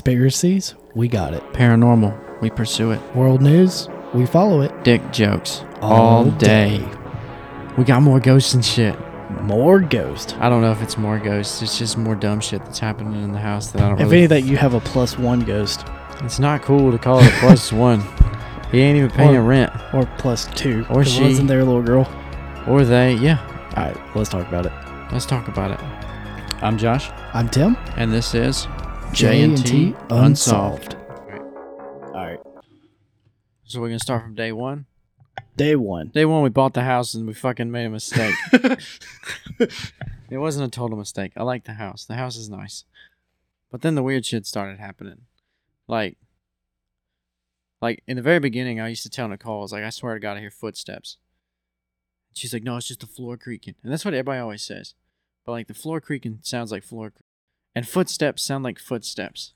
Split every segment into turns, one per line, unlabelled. Conspiracies, we got it.
Paranormal, we pursue it.
World news, we follow it.
Dick jokes all, day. We got more ghosts and shit.
More ghost.
I don't know if it's more ghosts. It's just more dumb shit that's happening in the house that I don't.
If
really,
any that you have a plus one ghost
it's not cool to call it plus one. He ain't even paying
Or-
rent,
or plus two,
Or
'cause wasn't
she.
there, little girl?
or they. Yeah,
All right, let's talk about it.
let's talk about it. I'm Josh,
I'm Tim.
and this is
J&T Unsolved. All right,
So we're gonna start from day one.
day one.
Day one, we bought the house and we fucking made a mistake. it wasn't a total mistake. I like the house. The house is nice. But then the weird shit started happening. Like, like in the very beginning, I used to tell Nicole, I was like, I swear to God, I hear footsteps. She's like, no, it's just the floor creaking. And that's what everybody always says. But like, the floor creaking sounds like floor creaking. And footsteps sound like footsteps.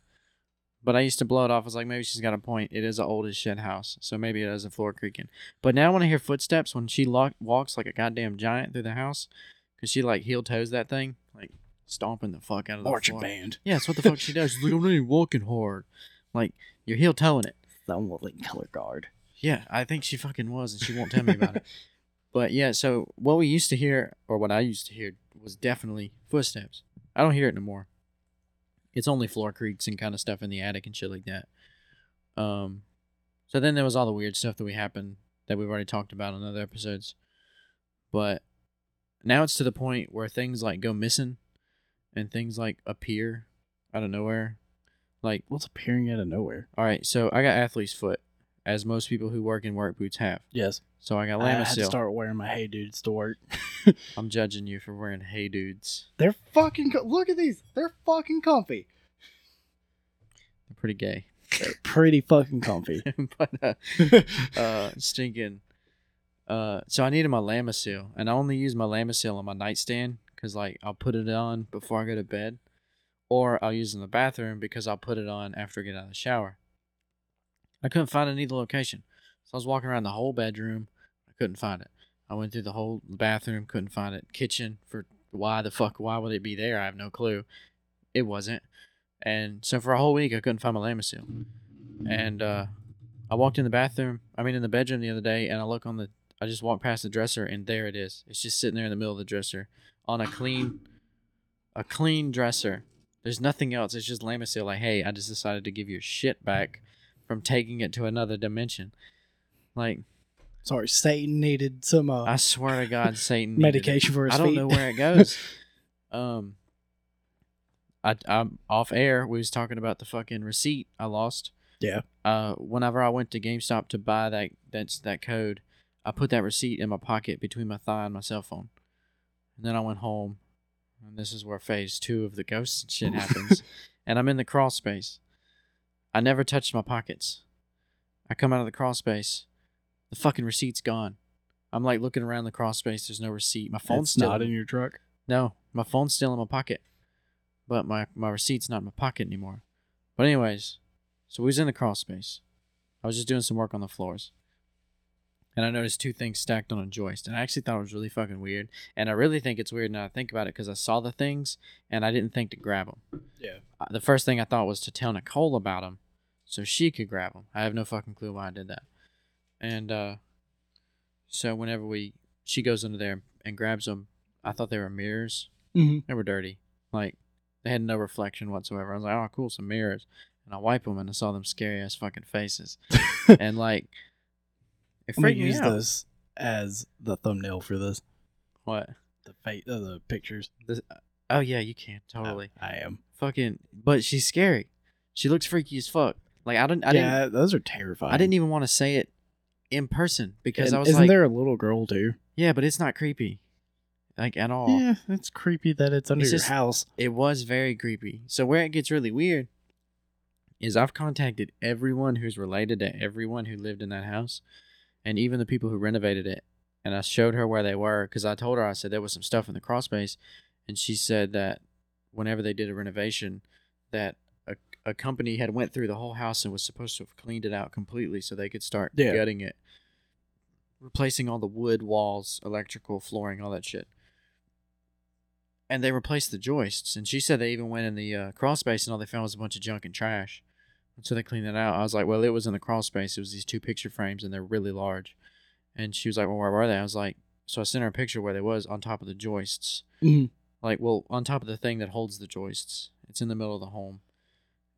But I used to blow it off. I was like, maybe she's got a point. It is an old as shit house. So maybe it is a floor creaking. But now when I hear footsteps, when she lock, walks like a goddamn giant through the house, because she like heel toes that thing, like stomping the fuck out of the floor.
band.
Yeah, that's what the fuck she does. She's like, I'm not even walking hard. Like, you're heel toeing it.
Stumbling color guard.
Yeah, I think she fucking was, and she won't tell me about it. But yeah, so what we used to hear, or what I used to hear, was definitely footsteps. I don't hear it no more. It's only floor creaks and kind of stuff in the attic and shit like that. Um, so then there was all the weird stuff that we happened that we've already talked about in other episodes. But now it's to the point where things like go missing, and things like appear out of nowhere. Like
What's appearing out of nowhere?
all right, so I got athlete's foot, as most people who work in work boots have.
Yes,
So I got
I had to
Lamisil.
start wearing my hey dudes to work.
I'm judging you for wearing Hey Dudes.
They're fucking. Co- Look at these. They're fucking comfy.
They're pretty gay,
They're pretty fucking comfy.
but uh, uh, stinking. Uh, so I needed my Lamisil, and I only use my Lamisil on my nightstand because, like, I'll put it on before I go to bed, or I'll use it in the bathroom because I'll put it on after I get out of the shower. I couldn't find it in either location, so I was walking around the whole bedroom. I couldn't find it. I went through the whole bathroom, couldn't find it. Kitchen for why the fuck? Why would it be there? I have no clue. It wasn't, and so for a whole week I couldn't find my Lamisil, and uh, I walked in the bathroom, I mean in the bedroom the other day, and I look on the I just walked past the dresser and there it is. It's just sitting there in the middle of the dresser on a clean a clean dresser. There's nothing else. It's just Lamisil like, hey, I just decided to give your shit back from taking it to another dimension. Like,
Sorry, Satan needed some uh,
I swear to God, Satan needed it.
medication for his
I
feet.
don't know where it goes. um, I I'm off air. We was talking about the fucking receipt I lost.
Yeah.
Uh, whenever I went to GameStop to buy that that's that code, I put that receipt in my pocket between my thigh and my cell phone, and then I went home, and this is where phase two of the ghosts and shit happens. and I'm in the crawl space. I never touched my pockets. I come out of the crawl space, the fucking receipt's gone. I'm like looking around the crawl space. There's no receipt. My phone's
It's
still
not in your truck.
no, my phone's still in my pocket, but my my receipt's not in my pocket anymore. But anyways, so we was in the crawl space. I was just doing some work on the floors, and I noticed two things stacked on a joist, and I actually thought it was really fucking weird. And I really think it's weird now I think about it because I saw the things and I didn't think to grab them.
Yeah.
The first thing I thought was to tell Nicole about them, so she could grab them. I have no fucking clue why I did that. And uh, so whenever we she goes under there and grabs them, I thought they were mirrors.
Mm-hmm.
They were dirty. Like they had no reflection whatsoever. I was like, oh, cool, some mirrors. And I wipe them and I saw them scary ass fucking faces. and like, it
I'm gonna
freaked me
use
out.
this as the thumbnail for this.
What?
The fate of the pictures.
This, oh yeah, you can totally
I am.
fucking. But she's scary. She looks freaky as fuck. Like I didn't. I didn't.
yeah, those are terrifying.
I didn't even want to say it in person because
And
I was
isn't
like,
there a little girl too?
yeah, but it's not creepy, like at all.
Yeah, it's creepy that it's under
It's
your
just-
house.
It was very creepy. So where it gets really weird is I've contacted everyone who's related to everyone who lived in that house and even the people who renovated it. And I showed her where they were because I told her I said there was some stuff in the crawl space and she said that whenever they did a renovation that a, a company had went through the whole house and was supposed to have cleaned it out completely so they could start
Yeah.
gutting it replacing all the wood walls electrical flooring all that shit and they replaced the joists. And she said they even went in the uh, crawl space and all they found was a bunch of junk and trash. And so they cleaned it out. I was like, well, it was in the crawl space. It was these two picture frames and they're really large. And she was like, well, where were they? I was like, so I sent her a picture where they was on top of the joists.
Mhm.
Like, well, on top of the thing that holds the joists. It's in the middle of the home.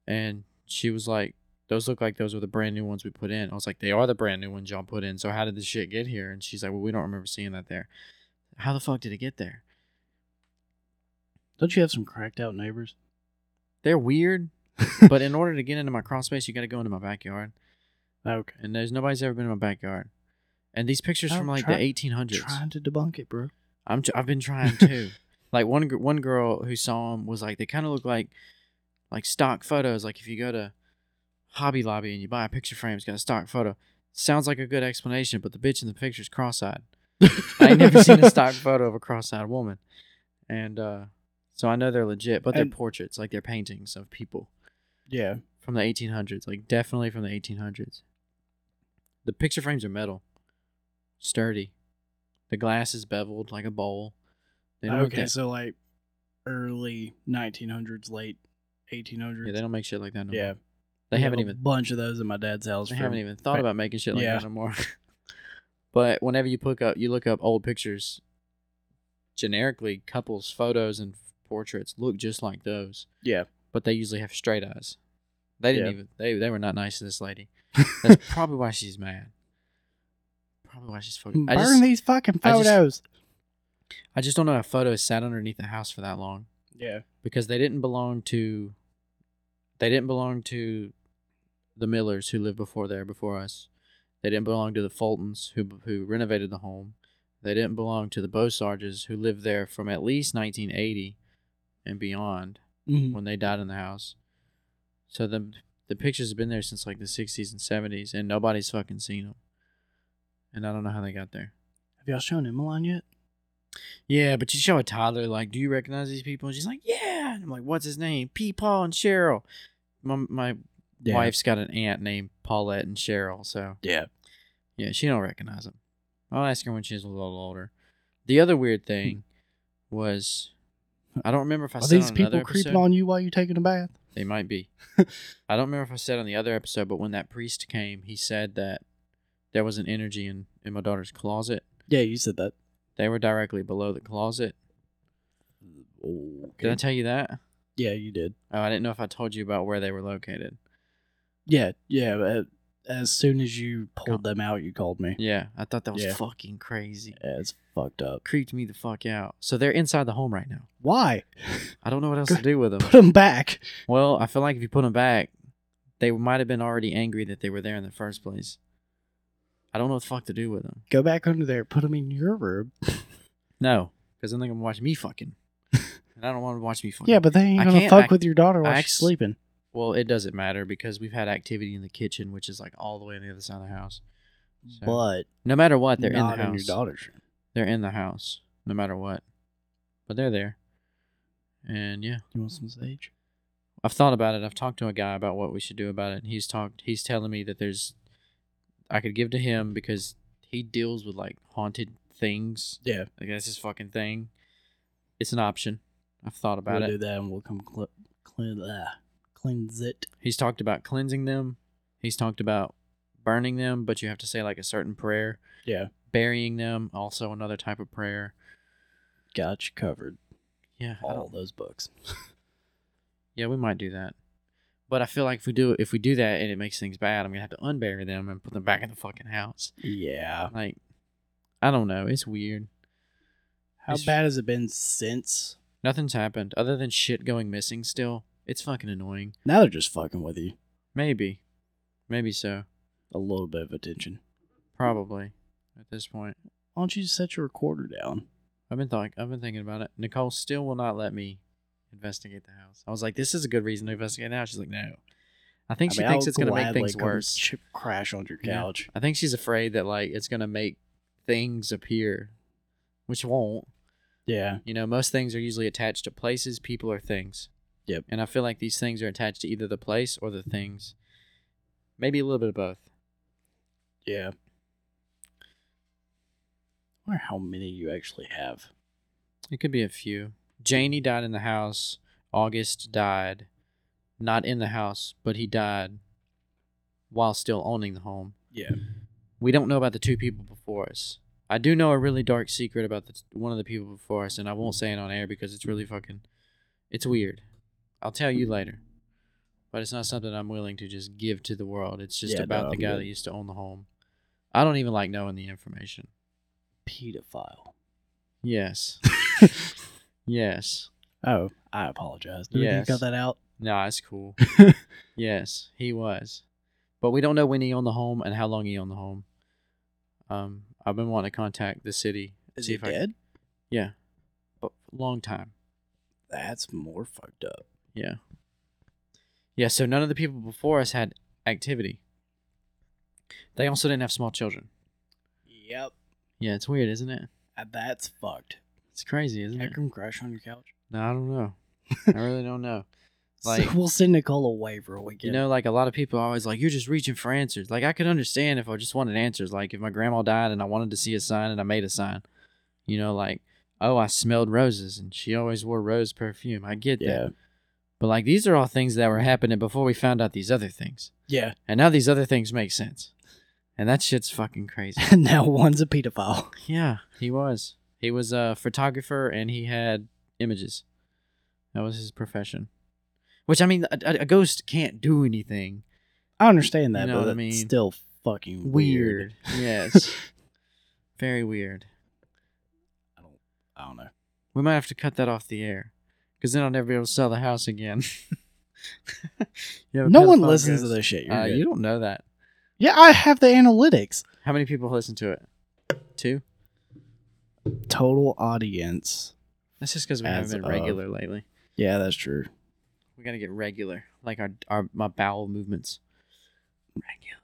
And she was like, those look like those were the brand new ones we put in. I was like, they are the brand new ones y'all put in. So how did this shit get here? And she's like, well, we don't remember seeing that there. How the fuck did it get there?
Don't you have some cracked out neighbors?
They're weird, but in order to get into my crawl space, you got to go into my backyard.
Okay.
And there's nobody's ever been in my backyard. And these pictures
Oh,
from like
try-
the 1800s.
Trying to debunk it, bro.
I'm t- I've been trying too. like one gr- one girl who saw them was like they kind of look like like stock photos. Like if you go to Hobby Lobby and you buy a picture frame, it's got a stock photo. Sounds like a good explanation, but the bitch in the picture's cross-eyed. I ain't never seen a stock photo of a cross-eyed woman, and uh, so I know they're legit, but they're
And-
portraits, like they're paintings of people
Yeah.
from the 1800s, like definitely from the 1800s. The picture frames are metal, sturdy. The glass is beveled like a bowl. They don't
Okay,
okay.
so like early 1900s, late 1800s.
yeah, they don't make shit like that no more.
Yeah,
They
we
haven't
have a
even
bunch of those in my dad's house.
they
from-
haven't even thought
fa-
about making shit like
Yeah.
that no more. but whenever you look up you look up old pictures generically couples photos and portraits look just like those.
Yeah,
but they usually have straight eyes. They didn't
Yeah.
even they they were not nice to this lady. That's probably why she's mad. Probably why she's fucking. I
Mm, burn
just,
these fucking
I just-
photos.
I just don't know how photos sat underneath the house for that long
yeah,
because they didn't belong to. They didn't belong to, the Millers who lived before there before us. They didn't belong to the Fultons who who renovated the home. They didn't belong to the Beausarges who lived there from at least 1980 and beyond.
Mhm.
when they died in the house. So the the pictures have been there since like the 60s and 70s, and nobody's fucking seen them. And I don't know how they got there.
have y'all shown Emmeline yet?
Yeah, but you show a toddler like, "Do you recognize these people?" And she's like, "Yeah." And I'm like, "What's his name?" P. Paul and Cheryl. My my wife's got an aunt named Paulette and Cheryl, so
Yeah,
yeah, she don't recognize him. I'll ask her when she's a little older. The other weird thing was, I don't remember if I
Hmm. are
said
these
on
people
another
creeping
episode-
on you while you taking a bath?
They might be. I don't remember if I said on the other episode, but when that priest came, he said that there was an energy in, in my daughter's closet.
Yeah, you said that.
They were directly below the closet. Did I tell you that?
yeah, you did.
Oh, I didn't know if I told you about where they were located.
Yeah, yeah. but As soon as you pulled them out, you called me.
Yeah, I thought that was
Yeah.
fucking crazy.
Yeah, it's fucked up.
Creeped me the fuck out. So they're inside the home right now.
Why?
I don't know what else to do with them.
Put them back.
Well, I feel like if you put them back, they might have been already angry that they were there in the first place. I don't know what the fuck to do with them.
Go back under there. Put them in your room.
No, because then they're gonna watch me fucking, and I don't want to watch me fucking.
Yeah, but they ain't
I
gonna
can't-
fuck
I-
with your daughter while
I
she's
actu-
sleeping.
Well, it doesn't matter because we've had activity in the kitchen, which is like all the way on the other side of the house. So,
But
no matter what, they're
they're
in the
not in,
house.
your daughter's room.
they're in the house, no matter what. But they're there, and yeah,
You want some sage?
I've thought about it. I've talked to a guy about what we should do about it, and he's talked. He's telling me that there's, I could give to him because he deals with like haunted things.
Yeah,
Like that's his fucking thing. It's an option. I've thought about
we'll
it.
do that, and we'll come cl- clean, uh, cleanse it.
He's talked about cleansing them. He's talked about burning them, but you have to say like a certain prayer.
Yeah,
Burying them, also another type of prayer.
got you covered.
Yeah, I
All
don't-
those books.
yeah, we might do that. But I feel like if we do if we do that and it makes things bad, I'm gonna have to unbury them and put them back in the fucking house.
Yeah.
Like, I don't know. It's weird.
How
It's-
bad has it been since?
Nothing's happened other than shit going missing. Still, it's fucking annoying.
Now they're just fucking with you.
Maybe, maybe so.
A little bit of attention.
Probably at this point.
Why don't you just set your recorder down?
I've been thought I've been thinking about it. Nicole still will not let me investigate the house. I was like, this is a good reason to investigate now. She's like, no. I think she
mean,
thinks
I'll
it's gonna make
gladly
things
come
worse.
Chip crash on your
Yeah.
couch.
I think she's afraid that like it's gonna make things appear, which won't.
Yeah.
You know, most things are usually attached to places, people, or things.
Yep.
And I feel like these things are attached to either the place or the things. Maybe a little bit of both.
Yeah. I wonder how many you actually have.
It could be a few. Janie died in the house. August died, not in the house, but he died while still owning the home.
Yeah.
We don't know about the two people before us. I do know a really dark secret about the, one of the people before us, and I won't say it on air because it's really fucking, it's weird. I'll tell you later, but it's not something I'm willing to just give to the world. It's just
Yeah,
about
no,
the
I'm
guy
good.
that used to own the home. I don't even like knowing the information.
Pedophile.
Yes. yes.
Oh, I apologize. Did yes.
Yes.
you cut that out?
Nah, it's cool. yes, he was. But we don't know when he owned the home and how long he owned the home. Um, I've been wanting to contact the city.
Is
see
he
if I-
dead?
yeah. But long time.
That's more fucked up.
Yeah. Yeah, so none of the people before us had activity. They also didn't have small children.
Yep.
Yeah, it's weird, isn't it?
Uh, That's fucked.
It's crazy, isn't
I
it?
can crash on your couch.
No, I don't know. I really don't know. Like-
we'll send Nicole a waiver. We
You know, like a lot of people are always like, you're just reaching for answers. Like I could understand if I just wanted answers. Like if my grandma died and I wanted to see a sign and I made a sign. You know, like, oh, I smelled roses and she always wore rose perfume. I get
Yeah.
that. But like these are all things that were happening before we found out these other things.
Yeah.
And now these other things make sense. And that shit's fucking crazy.
And now one's a pedophile.
yeah, he was. He was a photographer and he had images. That was his profession. Which I mean, a, a a ghost can't do anything.
I understand that,
You know
but
what I
it's
mean?
still fucking weird.
weird. Yes. Very weird.
I don't know.
We might have to cut that off the air because then I'll never be able to sell the house again. You have a
No one
pedophile
listens to
ghost.
this shit. You're
Uh,
good.
you don't know that.
yeah, I have the analytics.
How many people listen to it? Two?
Total audience.
That's just because we
As
haven't been
of-
regular lately.
Yeah, that's true.
We gotta get regular, like our our my bowel movements. Regular.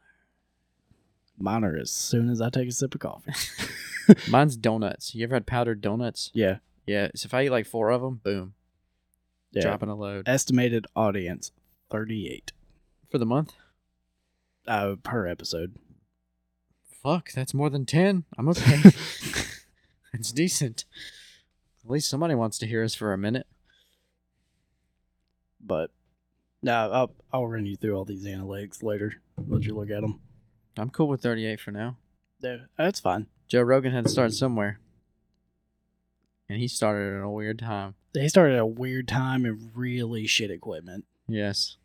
Mine are as soon as I take a sip of coffee.
Mine's donuts. You ever had powdered donuts?
yeah.
Yeah. So if I eat like four of them, boom,
Yeah.
dropping a load
Estimated audience 38
for the month.
uh, per episode.
Fuck, that's more than ten. I'm okay. it's decent. At least somebody wants to hear us for a minute.
But no, I'll, I'll run you through all these analytics later. Let you look at them.
I'm cool with 38 for now.
Yeah, that's fine.
Joe Rogan had to start somewhere, and he started at a weird time.
They started at a weird time and really shit equipment.
Yes.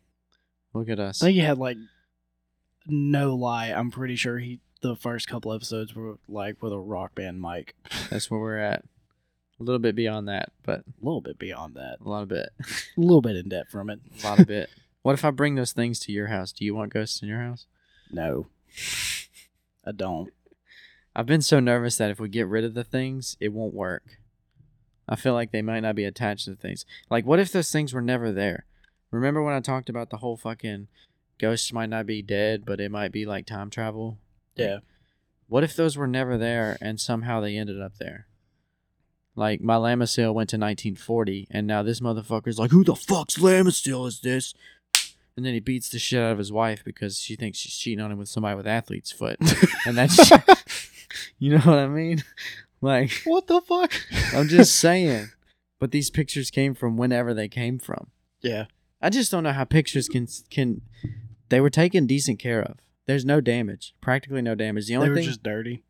Look at us.
I think he had like no lie. I'm pretty sure he the first couple episodes were like with a rock band mic.
That's where we're at. A little bit beyond that, but
A little bit beyond that.
a lot of bit.
A little bit in depth from it.
A lot of bit. What if I bring those things to your house? Do you want ghosts in your house?
No, I don't.
I've been so nervous that if we get rid of the things, it won't work. I feel like they might not be attached to the things. Like, what if those things were never there? Remember when I talked about the whole fucking ghosts might not be dead, but it might be like time travel?
Yeah.
What if those were never there and somehow they ended up there? Like my Lamisil went to 1940, and now this motherfucker's like, "Who the fuck's Lamisil is this?" And then he beats the shit out of his wife because she thinks she's cheating on him with somebody with athlete's foot, and that's, you know what I mean? Like
What the fuck?
I'm just saying. But these pictures came from whenever they came from.
yeah.
I just don't know how pictures can can. They were taken decent care of. There's no damage, practically no damage. The
They
only
were
thing
just dirty.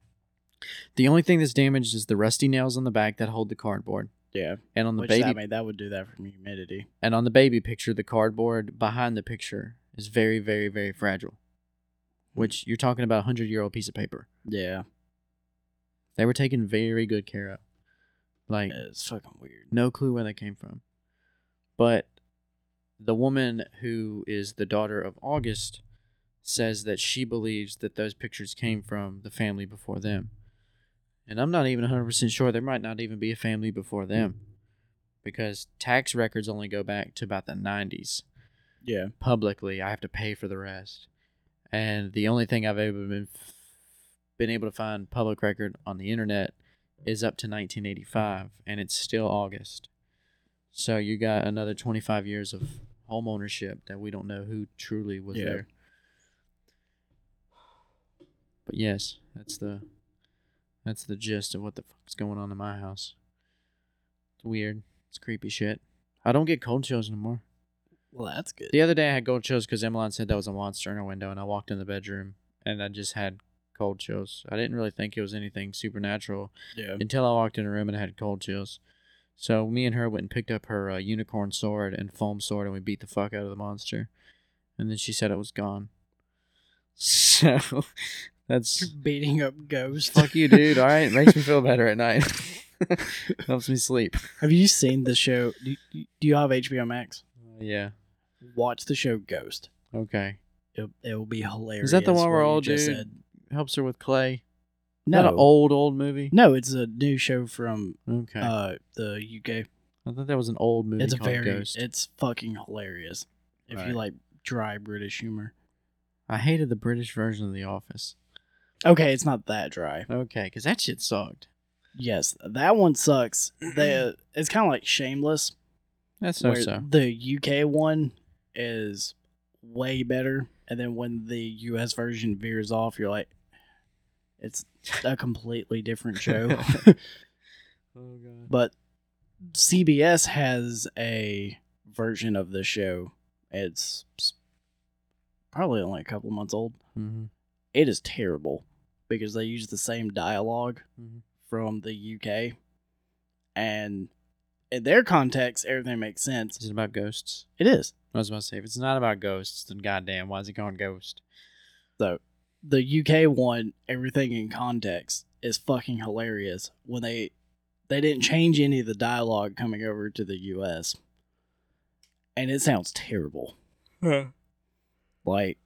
the only thing that's damaged is the rusty nails on the back that hold the cardboard.
Yeah.
And on the
Which
baby
I mean, that would do that from humidity.
and on the baby picture, the cardboard behind the picture is very, very, very fragile. Which you're talking about a hundred year old piece of paper.
Yeah.
They were taken very good care of. Like
It's fucking weird.
no clue where they came from. But the woman who is the daughter of August says that she believes that those pictures came from the family before them. And I'm not even 100% sure there might not even be a family before them because tax records only go back to about the 90s.
Yeah.
Publicly, I have to pay for the rest. And the only thing I've ever been been able to find public record on the internet is up to 1985 and it's still August. So you got another 25 years of home ownership that we don't know who truly was
Yeah.
there. But yes, that's the that's the gist of what the fuck's going on in my house. It's weird. It's creepy shit. I don't get cold chills anymore.
Well, that's good.
The other day I had cold chills because Emmeline said that was a monster in her window, and I walked in the bedroom and I just had cold chills. I didn't really think it was anything supernatural
Yeah.
until I walked in the room and I had cold chills. So me and her went and picked up her uh, unicorn sword and foam sword, and we beat the fuck out of the monster. And then she said it was gone. So that's
Beating up ghosts.
fuck you, dude. All right, makes me feel better at night. Helps me sleep.
Have you seen the show? Do you, do you have HBO Max?
Yeah.
Watch the show Ghost.
Okay.
It, it will be hilarious.
Is that the one where
what you
old dude
just said.
helps her with clay?
No,
Not an old old movie.
no, it's a new show from
Okay.
uh the UK.
I thought that was an old movie
it's a
called
very
Ghost.
it's fucking hilarious if
Right.
you like dry british humor
I hated the British version of The Office.
okay it's not that dry
Okay, because that shit sucked.
yes that one sucks the it's kind of like shameless
That's so
where
so.
the uk one is way better and then when the us version veers off you're like it's a completely different show
Oh god.
but cbs has a version of the show it's probably only a couple months old
Mm-hmm.
it is terrible because they use the same dialogue
Mhm.
from the UK, and in their context, everything makes sense.
Is it about ghosts?
It is
I was about to say, if it's not about ghosts, then goddamn, why is it called Ghost?
so the UK one. Everything in context is fucking hilarious when they they didn't change any of the dialogue coming over to the US, and it sounds terrible. Like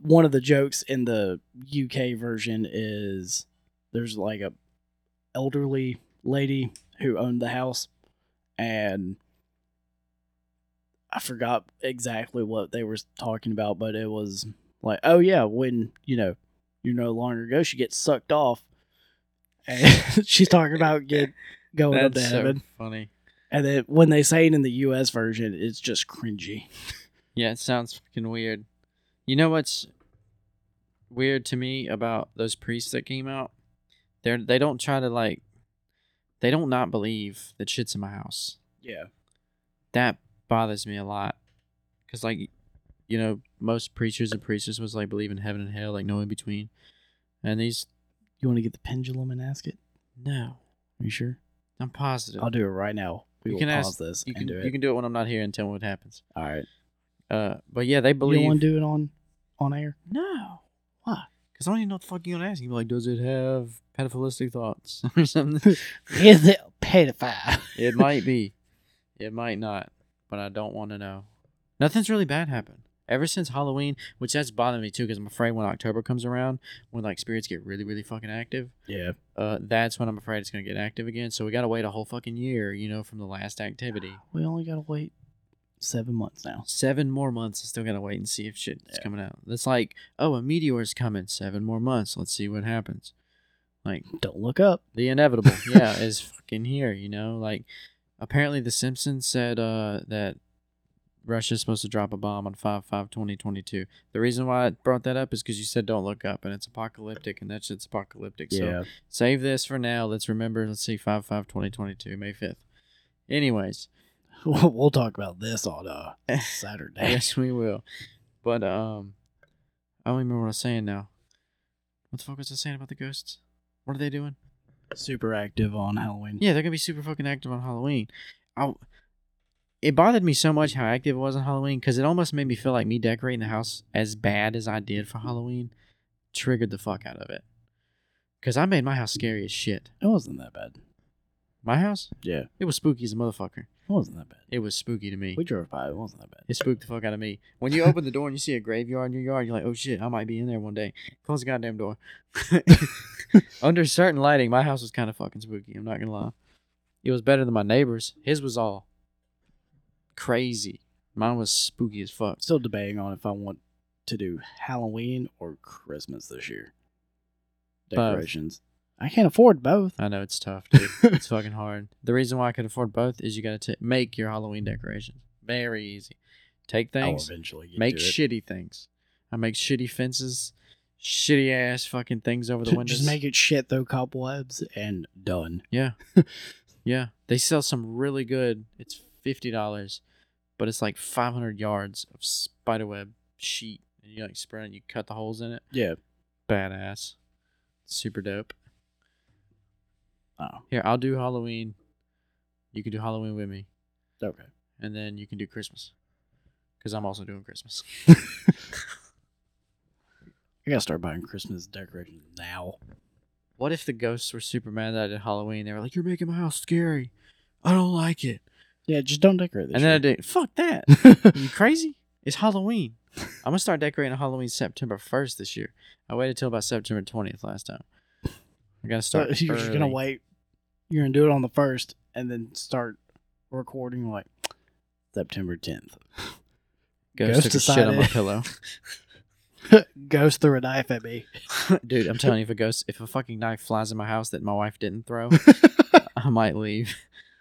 one of the jokes in the UK version is there's like a elderly lady who owned the house and I forgot exactly what they were talking about, but it was like, oh yeah, when, you know, you no longer ago, she gets sucked off. And she's talking about get going up to
That's so
heaven.
funny.
And then when they say it in the US version, it's just cringy.
Yeah, it sounds fucking weird. You know what's weird to me about those priests that came out? They're they don't try to like they don't not believe that shit's in my house.
Yeah.
That bothers me a lot. Cause like you know, most preachers and priestesses was like believe in heaven and hell, like no in between. And these
You want to get the pendulum and ask it?
no.
Are you sure?
I'm positive.
I'll do it right now. We
You
will
can
pause
ask-
this
you can
and do
you
it.
can do it when I'm not here and tell me what happens.
All right.
Uh but yeah, they believe
You want to do it on on air?
No.
Why?
Because I don't even know what the fuck you're gonna ask. You'd be like, does it have pedophilistic thoughts or something?
Is it pedophile?
it might be. It might not. But I don't want to know. Nothing's really bad happened. Ever since Halloween, which that's bothered me too, because I'm afraid when October comes around, when like spirits get really, really fucking active,
Yeah.
uh, that's when I'm afraid it's gonna get active again. So we gotta wait a whole fucking year, you know, from the last activity.
We only gotta wait seven months now.
Seven more months. I still gotta wait and see if shit is
Yeah.
coming out. That's like, oh, a meteor's coming. Seven more months. Let's see what happens. Like,
Don't look up.
the inevitable yeah is fucking here you know like apparently the simpsons said uh that russia's supposed to drop a bomb on 5 5 2022 the reason why i brought that up is because you said don't look up and it's apocalyptic and that shit's apocalyptic so save this for now let's remember let's see 5 5 2022 may 5th anyways
we'll we'll talk about this on uh Saturday.
yes we will but um i don't even remember what i was saying now what the fuck was i saying about the ghosts what are they doing
Super active on Halloween.
Yeah, they're gonna be super fucking active on Halloween. I, it bothered me so much how active it was on Halloween because it almost made me feel like me decorating the house as bad as I did for Halloween triggered the fuck out of it. Because I made my house scary as shit.
It wasn't that bad.
My house,
Yeah. It
it was spooky as a motherfucker.
wasn't that bad.
It was spooky to me.
We drove by. It wasn't that bad.
It spooked the fuck out of me. When you open the door and you see a graveyard in your yard, you're like, oh shit, I might be in there one day. Close the goddamn door. Under certain lighting, my house was kind of fucking spooky. I'm not gonna lie. It was better than my neighbor's. His was all crazy. Mine was spooky as fuck.
Still debating on if I want to do Halloween or Christmas this year.
Both.
Decorations. I can't afford both.
I know it's tough, dude. it's fucking hard. The reason why I could afford both is you gotta t- make your Halloween decorations. Very easy. Take things,
I'll eventually get
make
to it.
shitty things. I make shitty fences, shitty ass fucking things over the windows.
Just make it shit through cobwebs and done.
Yeah. Yeah, they sell some really good. It's fifty dollars, but it's like five hundred yards of spiderweb sheet, and you like spread it. You cut the holes in it.
Yeah.
Badass, super dope.
Oh,
Here, I'll do Halloween. You can do Halloween with me,
okay.
and then you can do Christmas, because I'm also doing Christmas.
I gotta start buying Christmas decorations now.
What if the ghosts were super mad that I did Halloween? They were like, "You're making my house scary. I don't like it."
Yeah, just don't decorate this.
and then I did. Fuck that.
then
you crazy? It's Halloween. I'm gonna start decorating Halloween September 1st this year. I waited till about September 20th last time. I gotta start.
you're just gonna
early.
wait. You're gonna do it on the first, and then start recording like September 10th.
Ghost,
Ghost
took a shit on my
decided.
pillow,
Ghost threw a knife at me.
dude. I'm telling you, if a ghost, if a fucking knife flies in my house that my wife didn't throw, I might leave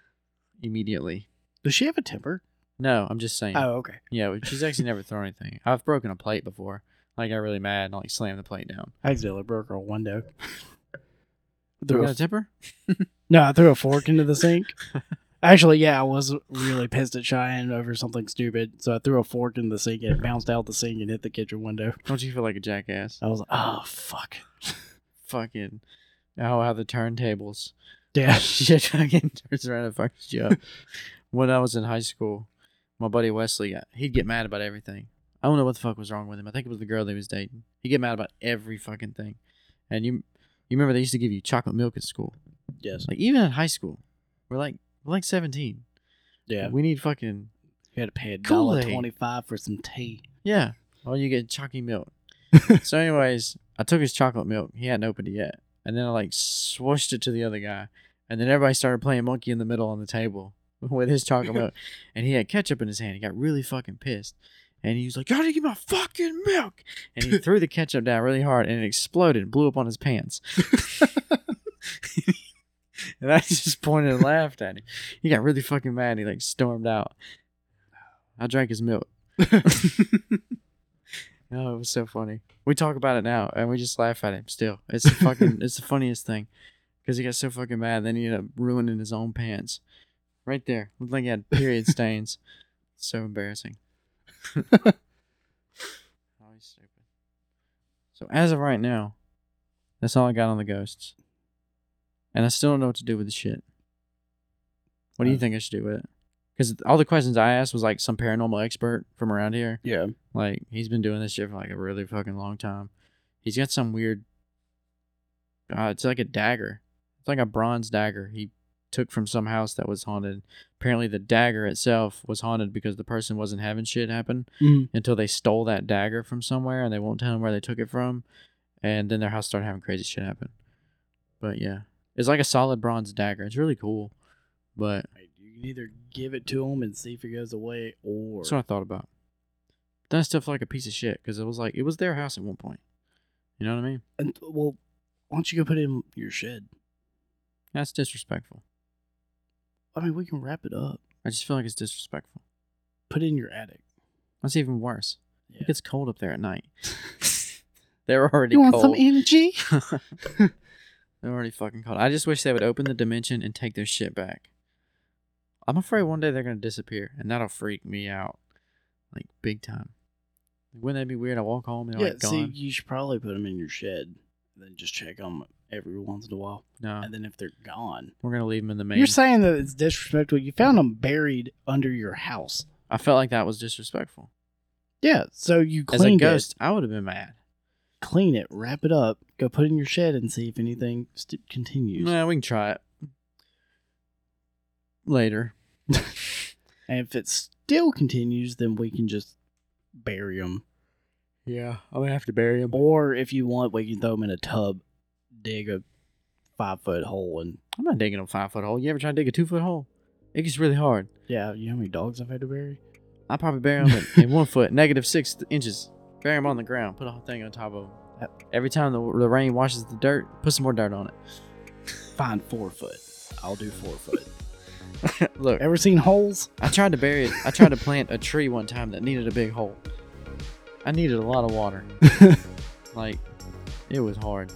immediately.
Does she have a temper?
No, I'm just saying.
Oh, okay.
Yeah, but she's actually never thrown anything. I've broken a plate before. Like I got really mad and like slammed the plate down.
I accidentally broke her window.
You
Threw a-
got a temper?
no, I threw a fork into the sink. Actually, yeah, I was really pissed at Cheyenne over something stupid, so I threw a fork in the sink and it bounced out the sink and hit the kitchen window.
Don't you feel like a jackass?
I was like, "Oh fuck,
Fucking. Oh, how the turntables.
yeah,
shit fucking turns around and fucks you up. when I was in high school, my buddy Wesley, uh, he'd get mad about everything. I don't know what the fuck was wrong with him. I think it was the girl that he was dating. He'd get mad about every fucking thing. And you, you remember they used to give you chocolate milk at school.
yes,
Like even in high school, we're like we're like seventeen.
yeah."
We need fucking
You had to pay a dollar
Kool-Aid.
twenty five for some tea.
yeah. Well, you get chalky milk. so, anyways, I took his chocolate milk. He hadn't opened it yet, and then I like swashed it to the other guy, and then everybody started playing monkey in the middle on the table with his chocolate milk, and he had ketchup in his hand. He got really fucking pissed, and he was like, "Y'all didn't get my fucking milk!" And he threw the ketchup down really hard, and it exploded, and blew up on his pants. and I just pointed and laughed at him. He got really fucking mad. He like stormed out. I drank his milk. Oh, it was so funny. We talk about it now, and we just laugh at him. Still, it's the fucking, it's the funniest thing, because he got so fucking mad. Then he ended up ruining his own pants, right there. Looked like he had period stains. So embarrassing. Always stupid. So as of right now, that's all I got on the ghosts, and I still don't know what to do with the shit. What do you
Uh,
think I should do with it? Because all the questions I asked was like some paranormal expert from around here.
Yeah.
Like he's been doing this shit for like a really fucking long time. He's got some weird. Uh, it's like a dagger. It's like a bronze dagger he took from some house that was haunted. Apparently, the dagger itself was haunted because the person wasn't having shit happen until they stole that dagger from somewhere, and they won't tell him where they took it from, and then their house started having crazy shit happen. But yeah, it's like a solid bronze dagger. It's really cool, but
Like, You can either give it to him and see if it goes away, or
That's what I thought about. Then I still feel like a piece of shit because it was like it was their house at one point. You know what I mean?
and, well, why don't you go put it in your shed?
That's disrespectful.
I mean, we can wrap it up.
I just feel like it's disrespectful.
Put it in your attic.
That's even worse.
Yeah.
It gets cold up there at night. They're already
You want
cold.
some e- energy?
They're already fucking cold. I just wish they would open the dimension and take their shit back. I'm afraid one day they're gonna disappear, and that'll freak me out, like big time. Wouldn't that be weird? I walk home and they're
yeah.
like
See,
gone.
you should probably put them in your shed, and then just check them every once in a while,
no,
and then if they're gone,
we're gonna leave them in the main.
you're saying that it's disrespectful. You found them buried under your house.
I felt like that was disrespectful.
Yeah. So you
As a
cleaned
ghost, I would have been mad.
it, clean it, wrap it up, go put it in your shed, and see if anything st- continues.
Nah, we can try it later.
And if it still continues, then we can just bury them.
Yeah, I'm gonna have to bury him.
Or if you want, we can throw them in a tub, dig a five foot hole, and
I'm not digging a five foot hole. You ever try to dig a two foot hole? It gets really hard.
yeah, you know how many dogs I've had to bury?
I probably bury him in one foot, negative six inches. Bury him on the ground. Put a whole thing on top of him. Every time the, the rain washes the dirt, put some more dirt on
Find four foot. I'll do four foot.
it. Look,
Ever seen holes?
I tried to bury it. I tried to plant a tree one time that needed a big hole. I needed a lot of water. like, it was hard.